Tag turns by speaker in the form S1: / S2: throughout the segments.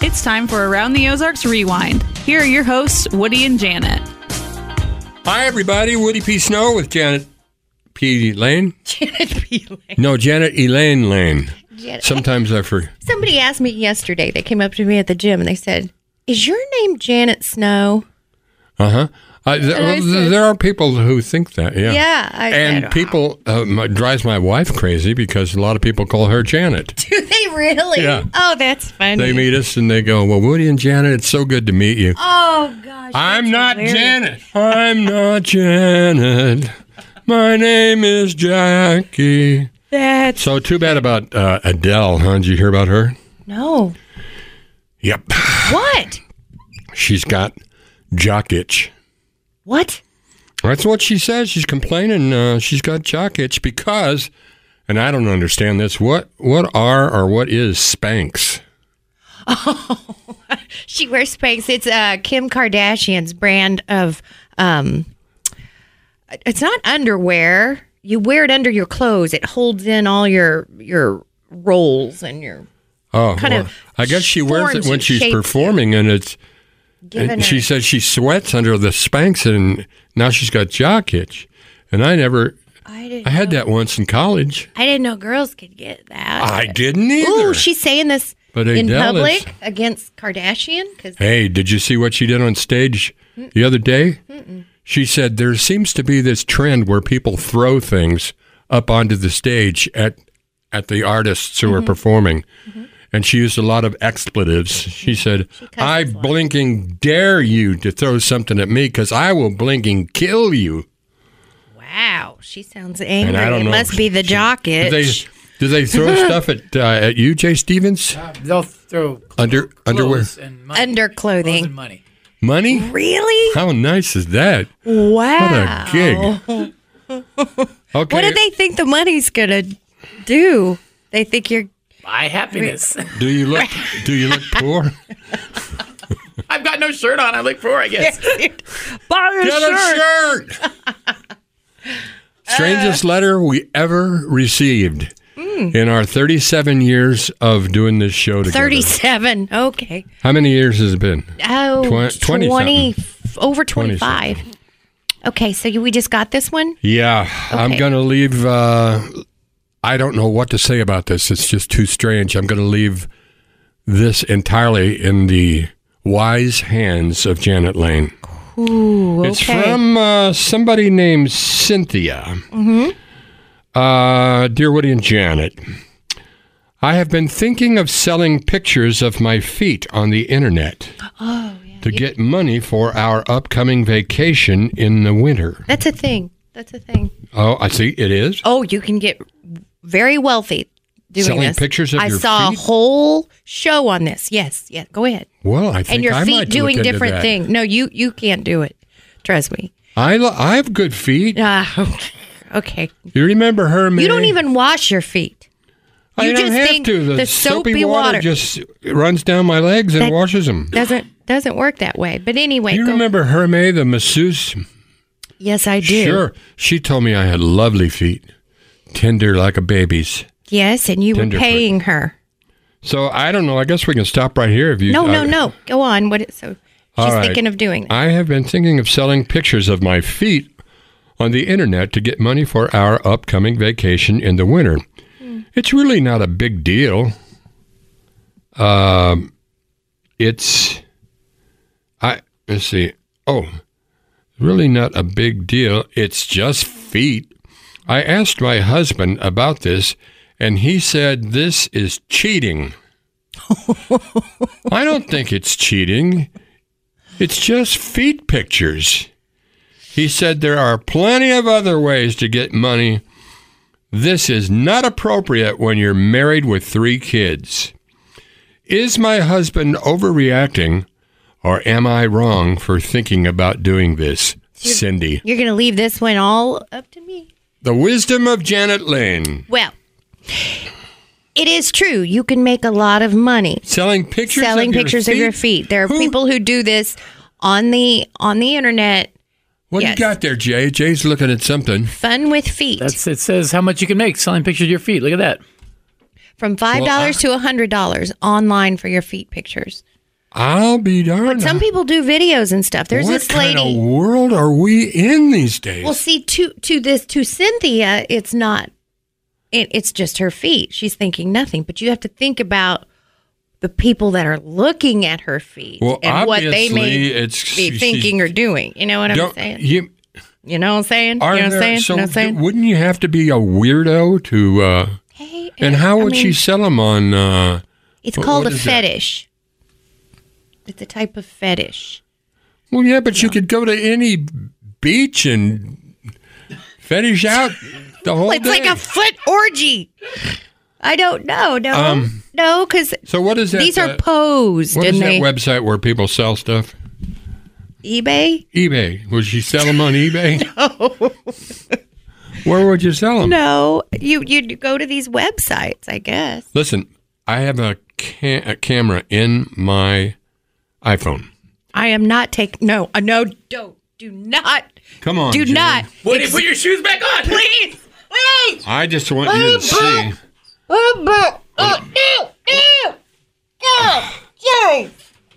S1: It's time for Around the Ozarks Rewind. Here are your hosts, Woody and Janet.
S2: Hi, everybody. Woody P. Snow with Janet P. Lane.
S3: Janet P. Lane.
S2: No, Janet Elaine Lane.
S3: Janet-
S2: Sometimes I forget.
S3: Somebody asked me yesterday. They came up to me at the gym and they said, "Is your name Janet Snow?"
S2: Uh-huh. Uh th-
S3: I
S2: th-
S3: said-
S2: there are people who think that, yeah.
S3: Yeah, I
S2: and
S3: said,
S2: people uh, my, drives my wife crazy because a lot of people call her Janet.
S3: Do they really?
S2: Yeah.
S3: Oh, that's funny.
S2: They meet us and they go, "Well, Woody and Janet, it's so good to meet you."
S3: oh gosh.
S2: I'm not
S3: hilarious.
S2: Janet. I'm not Janet. My name is Jackie.
S3: That's
S2: So too bad about uh, Adele, huh? Did you hear about her?
S3: no.
S2: Yep.
S3: What?
S2: She's got jock itch.
S3: What?
S2: That's what she says. She's complaining. Uh, she's got jock itch because, and I don't understand this. What what are or what is Spanx?
S3: She wears Spanx. It's uh, Kim Kardashian's brand of. Um, it's not underwear. You wear it under your clothes. It holds in all your your rolls and your
S2: Oh,
S3: Kind
S2: well,
S3: of
S2: I guess she wears it
S3: forms
S2: when
S3: and
S2: she's
S3: shapes
S2: performing, and it's.
S3: given.
S2: and she
S3: her-
S2: says she sweats under the Spanx, and now she's got jock itch. And I never,
S3: I didn't.
S2: I had that once in college.
S3: I didn't know girls could get that.
S2: I didn't either.
S3: Ooh, she's saying this
S2: But
S3: in
S2: Adele is-
S3: public against Kardashian because
S2: Hey, did you see what she did on stage the other day? She said there seems to be this trend where people throw things up onto the stage at at the artists
S3: Mm-hmm.
S2: who are performing. And she used a lot of expletives. She said, "I blinking dare you to throw something at me cuz I will blinking kill you."
S3: wow, she sounds angry.
S2: I don't
S3: it
S2: know
S3: must
S2: if
S3: be the jock
S2: Do
S3: itch.
S2: they do they throw stuff at uh, at you, Jay Stevens?
S4: They'll throw cl-
S2: Under-
S4: clothes
S2: underwear.
S4: and money.
S3: Underclothing.
S4: Clothes and money.
S2: Money?
S3: really?
S2: How nice is that? What
S3: Wow.
S2: a gig! Okay.
S3: What do they think the money's gonna do? They think you're
S4: My happiness.
S2: Do you look? Do you look poor?
S4: I've got no shirt on. I look poor, I guess.
S3: buy a
S2: Get a shirt.
S3: Uh.
S2: Strangest letter we ever received
S3: Hmm.
S2: in our 37 years of doing this show together.
S3: Thirty-seven. Okay.
S2: How many years has it been?
S3: Oh,
S2: Twen- 20
S3: 20, over twenty-five. Okay, so you, we just got this one.
S2: Yeah, I'm
S3: Okay.
S2: going to leave. Uh, I don't know what to say about this. It's just too strange. I'm going to leave this entirely in the wise hands of Janet Lane.
S3: Ooh, okay.
S2: It's from uh, somebody named Cynthia. Mm-hmm. Uh, Dear Woody and Janet, I have been thinking of selling pictures of my feet on the internet
S3: oh, yeah.
S2: to get money for our upcoming vacation in the winter.
S3: That's a thing. That's a thing.
S2: Oh, I see. It is.
S3: Oh, you can get very wealthy doing
S2: Selling
S3: this.
S2: pictures of
S3: I
S2: your
S3: saw
S2: feet?
S3: a whole show on this. Yes, yeah. Go ahead.
S2: Well, I think
S3: And your
S2: I might
S3: feet
S2: look
S3: doing
S2: into
S3: different
S2: that.
S3: thing. No, you you can't do it. Trust me.
S2: I lo- I have good feet.
S3: Ah, okay. okay.
S2: You remember her? Mary?
S3: You don't even wash your feet.
S2: I
S3: you
S2: don't
S3: just
S2: have
S3: think
S2: to. The,
S3: the
S2: soapy,
S3: soapy
S2: water,
S3: water-
S2: just runs down my legs and
S3: That-
S2: washes them.
S3: Doesn't doesn't work that way. But anyway,
S2: you
S3: go-
S2: remember Hermé, the masseuse?
S3: Yes, I do.
S2: Sure. She told me I had lovely feet, tender like a baby's.
S3: Yes, and you
S2: Tenderfoot.
S3: were paying her.
S2: So I don't know. I guess we can stop right here if you. uh,
S3: No,
S2: I-
S3: no, no. Go on. What? So she's
S2: All right.
S3: thinking of doing that.
S2: I have been thinking of selling pictures of my feet on the internet to get money for our upcoming vacation in the winter. It's really not a big deal. Um, it's I let's see. Oh, really not a big deal. It's just feet. I asked my husband about this, and he said this is cheating. I don't think it's cheating. It's just feet pictures. He said there are plenty of other ways to get money. This is not appropriate when you're married with three kids. Is my husband overreacting or am I wrong for thinking about doing this? Cindy.
S3: You're gonna leave this one all up to me.
S2: The wisdom of Janet Lane.
S3: Well, it is true. You can make a lot of money
S2: Selling pictures
S3: selling
S2: of your
S3: pictures
S2: feet?
S3: of your feet. There are
S2: Who-
S3: people who do this on the on the internet.
S2: What
S3: Yes.
S2: do you got there, Jay? Jay's looking at something.
S3: Fun with feet
S4: That's it says how much you can make selling pictures of your feet. Look at that.
S3: from five dollars to a hundred dollars online for your feet pictures.
S2: I'll be darned.
S3: Some people do videos and stuff. There's
S2: what
S3: this
S2: kind
S3: lady.
S2: of world are we in these days?
S3: Well, see, to to this to Cynthia, it's not. It, it's just her feet. She's thinking nothing. But you have to think about the people that are looking at her feet
S2: Well,
S3: and what they
S2: obviously,
S3: may
S2: it's-
S3: be
S2: she's-
S3: thinking or doing. You know what I'm
S2: Don't-
S3: saying?
S2: you-
S3: You know what I'm saying?
S2: are
S3: you know what I'm
S2: there-
S3: saying?
S2: so
S3: you know what I'm saying?
S2: wouldn't you have to be a weirdo to? Uh,
S3: Hey,
S2: and
S3: I-
S2: how
S3: I
S2: would she
S3: mean,
S2: sell them on? Uh,
S3: It's
S2: what-
S3: called
S2: what
S3: a
S2: is that?
S3: fetish. It's a type of fetish.
S2: Well, yeah, but you could go to any beach and fetish out the whole
S3: It's like
S2: day.
S3: a foot orgy. I don't know. No,
S2: Um,
S3: no, because
S2: so what is that?
S3: these
S2: uh,
S3: are posed
S2: what is
S3: and
S2: that
S3: they
S2: website where people sell stuff?
S3: eBay.
S2: eBay. Would you sell them on eBay? no. Where would you sell them?
S3: No, you you go to these websites, I guess.
S2: Listen, I have a, ca- a camera in my iPhone.
S3: I am not taking. No, uh, no, don't, do not,
S2: Come on,
S3: do
S2: Julie.
S3: not,
S4: Woody, put your shoes back on, please.
S3: please.
S2: I just want you to see.
S3: Oh, but- oh, ew, ew. God, Jerry,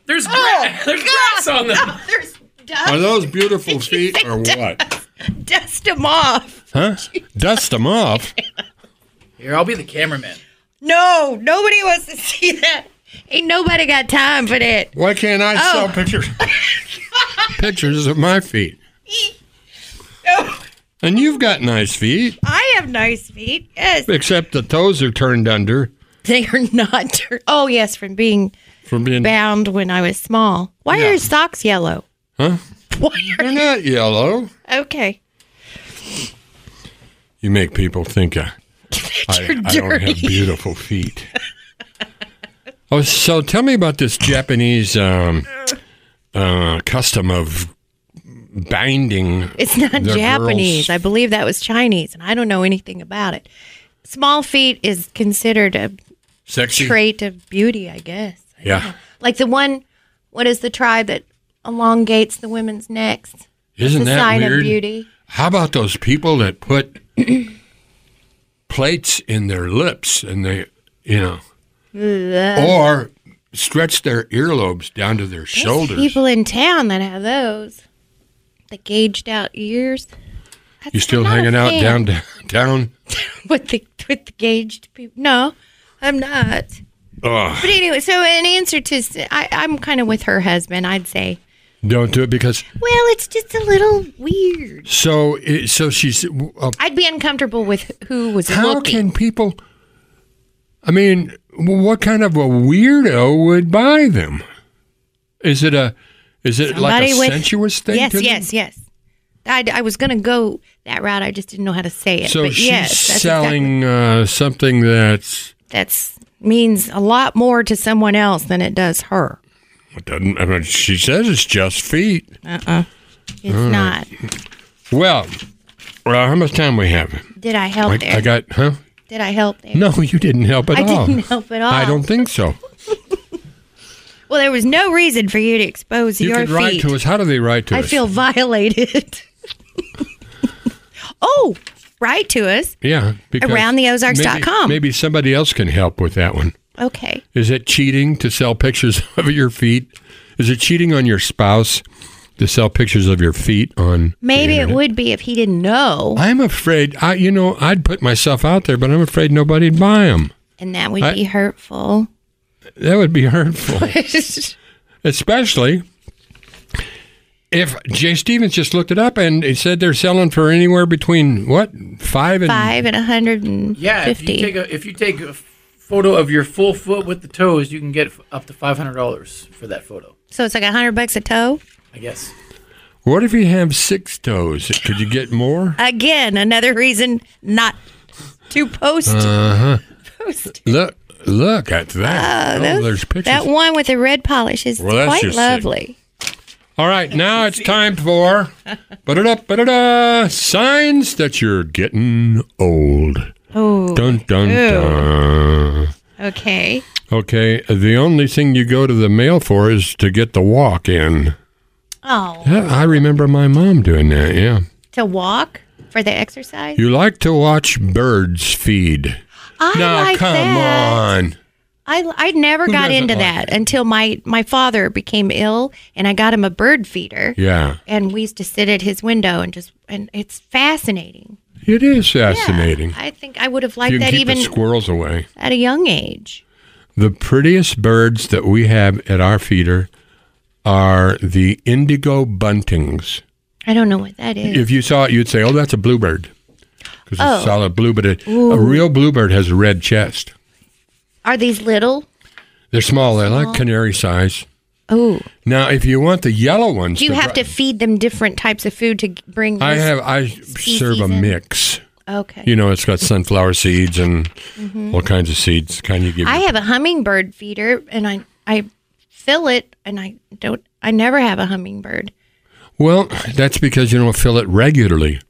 S4: There's gra- there's grass on them.
S3: there's
S2: Are
S3: dust,
S2: those beautiful feet or what?
S3: dust them off.
S2: Huh? Dust them off.
S4: Here, I'll be the cameraman.
S3: No, nobody wants to see that. Ain't nobody got time for that.
S2: Why can't I
S3: Oh.
S2: sell pictures? pictures of my feet.
S3: No,
S2: And you've got nice feet,
S3: I have nice feet. Yes,
S2: except the toes are turned under
S3: they are not. dirt- Oh yes, from being
S2: from being.
S3: bound when I was small. Why are your socks yellow?
S2: Huh?
S3: Why are
S2: They're not yellow.
S3: Okay.
S2: You make people think I, I, I don't have beautiful feet. oh, so tell me about this Japanese um, uh, custom of binding.
S3: It's not
S2: their
S3: Japanese.
S2: girls.
S3: I believe that was Chinese, and I don't know anything about it. Small feet is considered a
S2: Sexy.
S3: trait of beauty, I guess.
S2: Yeah.
S3: Like the one, what is the tribe that elongates the women's necks?
S2: Isn't
S3: It's a
S2: that
S3: sign
S2: weird?
S3: of beauty.
S2: How about those people that put plates in their lips and they, you know,
S3: Um,
S2: or stretch their earlobes down to their
S3: There's
S2: shoulders?
S3: People in town that have those, the gauged out ears. That's-
S2: you still
S3: I'm not a
S2: hanging out
S3: fan
S2: down down?
S3: with the with the gauged people? No, I'm not.
S2: Ugh.
S3: But anyway, so in answer to, I, I'm kind of with her husband. I'd say,
S2: Don't do it because
S3: well, it's just a little weird.
S2: so it, so she's. Uh,
S3: I'd be uncomfortable with who was
S2: how can
S3: looking.
S2: people? I mean, w- what kind of a weirdo would buy them? Is it a is it like
S3: Somebody
S2: a
S3: with-
S2: sensuous thing?
S3: yes,
S2: to them?
S3: yes, yes. I, I was gonna go that route. I just didn't know how to say it.
S2: So
S3: but
S2: she's
S3: yes, that's exactly-
S2: selling uh, something that's
S3: that's means a lot more to someone else than it does her.
S2: it doesn't. I mean, she says it's just feet.
S3: It's not.
S2: Well, well, how much time we have?
S3: Did I help
S2: I,
S3: there?
S2: I got huh?
S3: Did I help there?
S2: No, you didn't help at
S3: I
S2: all.
S3: didn't help at all.
S2: I don't think so.
S3: Well, there was no reason for you to expose
S2: You
S3: your
S2: could
S3: feet.
S2: write to us. How do they write to
S3: I
S2: us?
S3: feel violated. oh, write to us.
S2: Yeah, because
S3: AroundTheOzarks.com.
S2: Maybe, maybe somebody else can help with that one.
S3: Okay.
S2: Is it cheating to sell pictures of your feet? Is it cheating on your spouse to sell pictures of your feet on?
S3: Maybe it would be if he didn't know,
S2: I'm afraid. I, you know, I'd put myself out there, but I'm afraid nobody'd buy them.
S3: and that would
S2: I-
S3: be hurtful.
S2: That would be hurtful, especially if Jay Stevens just looked it up and it said they're selling for anywhere between what five and
S3: Five and a hundred and
S4: Yeah, if you take
S3: fifty.
S4: a if you take a photo of your full foot with the toes, you can get up to five hundred dollars for that photo.
S3: So it's like a hundred bucks a toe.
S4: I guess.
S2: What if you have six toes? Could you get more?
S3: Again, another reason not to post. Post.
S2: Look, look at that. Uh-huh. Oh, there's pictures.
S3: Ah, That one with the red polish is
S2: Well, that's
S3: quite
S2: just sick.
S3: lovely.
S2: All right, now it's time for ba-da-da, ba-da-da, signs that you're getting old.
S3: Oh,
S2: Dun dun dun.
S3: okay.
S2: Okay, the only thing you go to the mail for is to get the walk in.
S3: Oh,
S2: Yeah, I remember my mom doing that. Yeah,
S3: to walk for the exercise.
S2: you like to watch birds feed.
S3: I
S2: now
S3: like
S2: come
S3: that.
S2: on,
S3: I, I never
S2: Who
S3: got
S2: doesn't
S3: into
S2: like
S3: that until my, my father became ill and I got him a bird feeder.
S2: Yeah.
S3: And we used to sit at his window and just, and it's fascinating.
S2: It is
S3: Yeah,
S2: fascinating.
S3: I think I would have
S2: you
S3: liked
S2: can
S3: that
S2: keep
S3: even
S2: the squirrels away.
S3: at a young age.
S2: The prettiest birds that we have at our feeder are the indigo buntings.
S3: I don't know what that is.
S2: If you saw it, you'd say, "Oh, that's a bluebird," because it's
S3: Mm. Oh.
S2: solid blue. But it, a real bluebird has a red chest.
S3: Are these little?
S2: They're small. They're like canary size.
S3: Oh,
S2: Now, if you want the yellow ones,
S3: do you
S2: to
S3: have
S2: bri-
S3: to feed them different types of food to g- bring? This?
S2: I have. I serve a
S3: in?
S2: mix.
S3: Okay.
S2: You know, it's got sunflower seeds and
S3: Mm-hmm.
S2: all kinds of seeds. Kind of give.
S3: I
S2: you-
S3: have a hummingbird feeder, and I I fill it, and I don't. I never have a hummingbird.
S2: well, that's because you don't fill it regularly.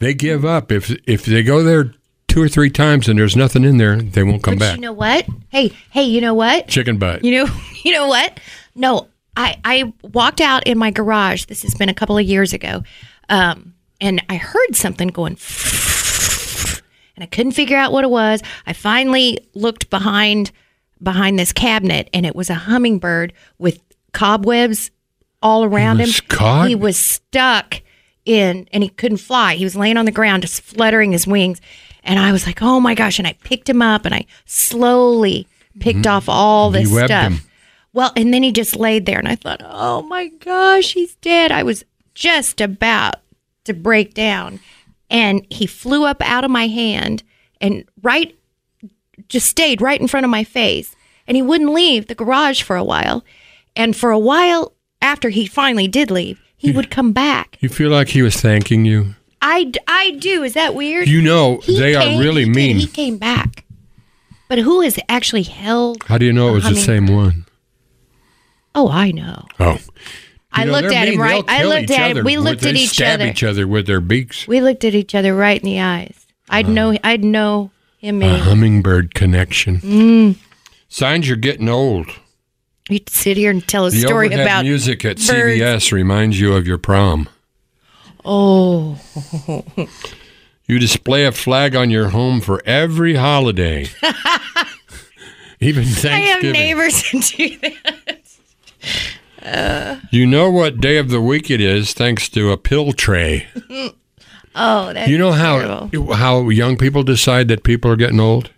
S2: They give up if if they go there two or three times and there's nothing in there, they won't come
S3: but
S2: back.
S3: you know what? Hey, hey, you know what?
S2: Chicken butt.
S3: You know, you know what? No, I I walked out in my garage. This has been a couple of years ago, um, and I heard something going, and I couldn't figure out what it was. I finally looked behind behind this cabinet, and it was a hummingbird with cobwebs all around him.
S2: was caught?
S3: He was stuck in, and he couldn't fly. He was laying on the ground, just fluttering his wings. And I was like, "Oh my gosh!" And I picked him up, and I slowly picked off all
S2: You
S3: this
S2: Mm-hmm. webbed
S3: stuff.
S2: him.
S3: Well, and then he just laid there, and I thought, "Oh my gosh, he's dead." I was just about to break down, and he flew up out of my hand, and right just stayed right in front of my face. And he wouldn't leave the garage for a while. And for a while after he finally did leave, he would come back.
S2: You feel like he was thanking you.
S3: I, d- I do. Is that weird?
S2: You know,
S3: He
S2: they
S3: came-
S2: are really
S3: he did,
S2: mean.
S3: He came back. But who has actually held?
S2: How do you know it was
S3: I
S2: the
S3: mean-
S2: same one?
S3: Oh, I know.
S2: Oh.
S3: I
S2: You know,
S3: looked
S2: they're
S3: at him
S2: mean.
S3: right.
S2: They'll
S3: I
S2: kill
S3: looked
S2: each
S3: at him.
S2: other
S3: We
S2: with-
S3: looked
S2: they
S3: at each
S2: stab
S3: other.
S2: each other Uh-huh. with their beaks.
S3: We looked at each other right in the eyes. I'd know. I'd know him.
S2: A
S3: anyway.
S2: hummingbird connection.
S3: Mm.
S2: Signs you're getting old.
S3: You'd sit here and tell a
S2: The
S3: story
S2: overhead
S3: about
S2: music at
S3: birds.
S2: CVS reminds you of your prom.
S3: Oh,
S2: You display a flag on your home for every holiday, even
S3: I have
S2: Thanksgiving.
S3: neighbors that do that.
S2: you know what day of the week it is thanks to a pill tray.
S3: Oh, that's
S2: You know how
S3: terrible.
S2: how young people decide that people are getting old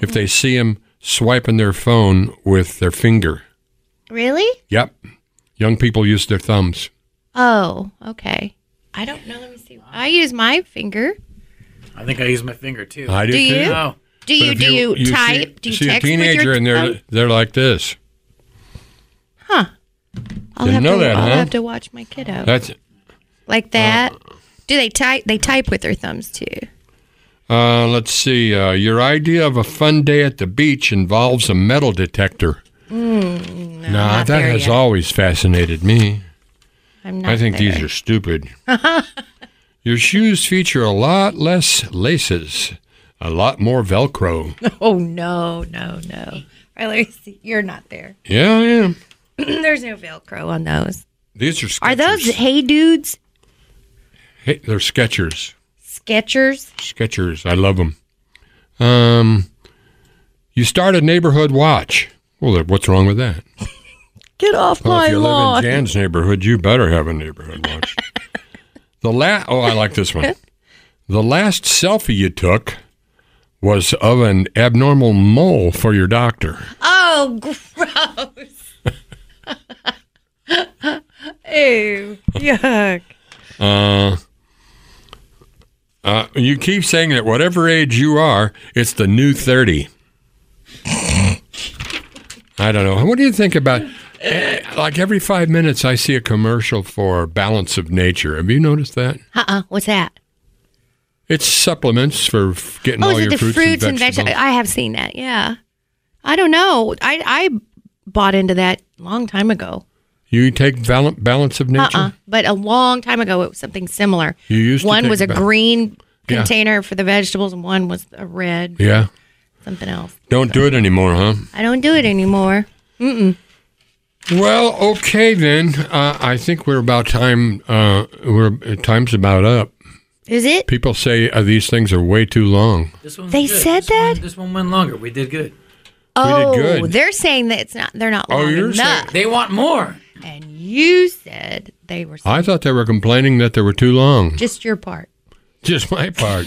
S2: if they see them swiping their phone with their finger.
S3: Really?
S2: Yep, young people use their thumbs.
S3: Oh, okay. I don't know. Let me see. I use my finger.
S4: I think I use my finger too.
S2: I do,
S3: Do you?
S2: too.
S4: oh,
S3: Do
S2: But
S3: you
S2: if
S3: do you,
S2: see-
S3: type? do you
S2: see
S3: text
S2: a teenager
S3: with your
S2: and they're
S3: oh,
S2: they're like this.
S3: I'll
S2: didn't
S3: have
S2: know
S3: to,
S2: that,
S3: I'll
S2: huh? Uh,
S3: have to watch my kiddo
S2: That's
S3: like that. do they type? They type with their thumbs too.
S2: uh, let's see. Uh, your idea of a fun day at the beach involves a metal detector.
S3: Hmm, No,
S2: Nah,
S3: not
S2: that
S3: there
S2: has
S3: yet.
S2: always fascinated me.
S3: I'm
S2: I
S3: not
S2: think these
S3: there.
S2: are stupid. your shoes feature a lot less laces, a lot more Velcro.
S3: Oh no, no, no. All right, let me see. You're not there.
S2: yeah, I am.
S3: There's no Velcro on those.
S2: These are
S3: Are
S2: sketchers.
S3: those Hey Dudes
S2: Hey, they're sketchers.
S3: Skechers?
S2: Sketchers, I love them. Um, you start a neighborhood watch. Well, then what's wrong with that?
S3: Get off
S2: Well,
S3: my
S2: if you
S3: lawn.
S2: live in Jan's neighborhood, you better have a neighborhood watch. the last, oh, I like this one. The last selfie you took was of an abnormal mole for your doctor.
S3: Oh, gross. Ew. Yuck.
S2: Uh, uh, you keep saying that whatever age you are, it's the new 30. I don't know. What do you think about eh, like every 5 minutes I see a commercial for Balance of Nature. Have you noticed that?
S3: Uh-uh. What's that?
S2: It's supplements for f- getting
S3: Oh,
S2: all
S3: is
S2: your
S3: it the
S2: fruits, and vegetables.
S3: I have seen that. Yeah. I don't know. I I bought into that a long time ago.
S2: you take val- Balance of Nature?
S3: Uh-uh. But a long time ago, it was something similar.
S2: You used to
S3: one
S2: take
S3: was a
S2: ba-
S3: green
S2: Yeah.
S3: container for the vegetables, and one was a red
S2: Yeah.
S3: something else.
S2: Don't do it anymore, huh?
S3: I don't do it anymore.
S2: Well, okay then. Uh, I think we're about time uh, we're time's about up.
S3: Is it?
S2: People say uh, these things are way too long.
S4: this one.
S3: They said
S4: this one-
S3: that?
S4: this one went longer. We did good.
S3: Oh,
S2: good.
S3: they're saying that it's not. They're not
S2: Oh,
S3: long
S2: you're
S3: enough.
S4: They want more.
S3: and you said they were
S2: I thought they were complaining that they were too long.
S3: just your part.
S2: Just my part.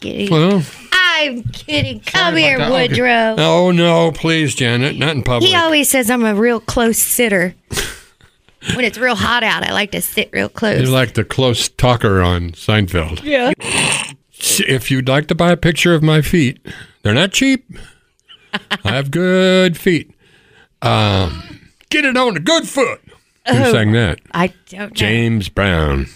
S3: Kidding.
S2: Well,
S3: I'm kidding. Come
S2: about
S3: here,
S2: that. Okay.
S3: Woodrow.
S2: oh no, please, Janet, not in public.
S3: He always says I'm a real close sitter. when it's real hot out, I like to sit real close.
S2: You're like the close talker on Seinfeld.
S3: Yeah.
S2: If you'd like to buy a picture of my feet, they're not cheap. I have good feet. Um, get it on a good foot. Who sang that?
S3: I don't know.
S2: James Brown.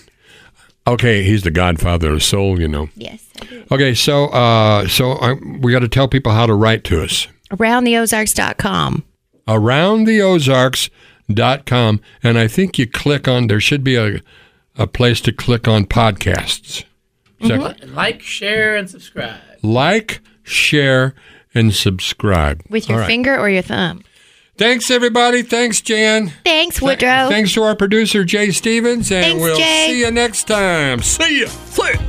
S2: Okay, he's the godfather of soul, you know.
S3: Yes. I do.
S2: Okay, so uh, so I, we got to tell people how to write to us.
S3: AroundTheOzarks.com.
S2: aroundtheozarks.com and I think you click on there should be a a place to click on podcasts. Is that-
S4: Like, share, and subscribe.
S2: Like, share and subscribe.
S3: With your
S2: All right.
S3: finger or your thumb.
S2: Thanks everybody. Thanks Jan.
S3: Thanks,
S2: Th-
S3: Woodrow.
S2: Thanks to our producer Jay Stevens and
S3: Thanks,
S2: we'll
S3: Jay.
S2: see you next time. See ya. See ya.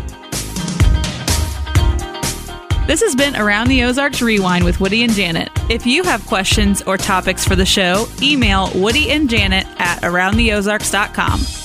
S1: This has been Around the Ozarks Rewind with Woody and Janet. If you have questions or topics for the show, email Woody and Janet at aroundtheozarks.com.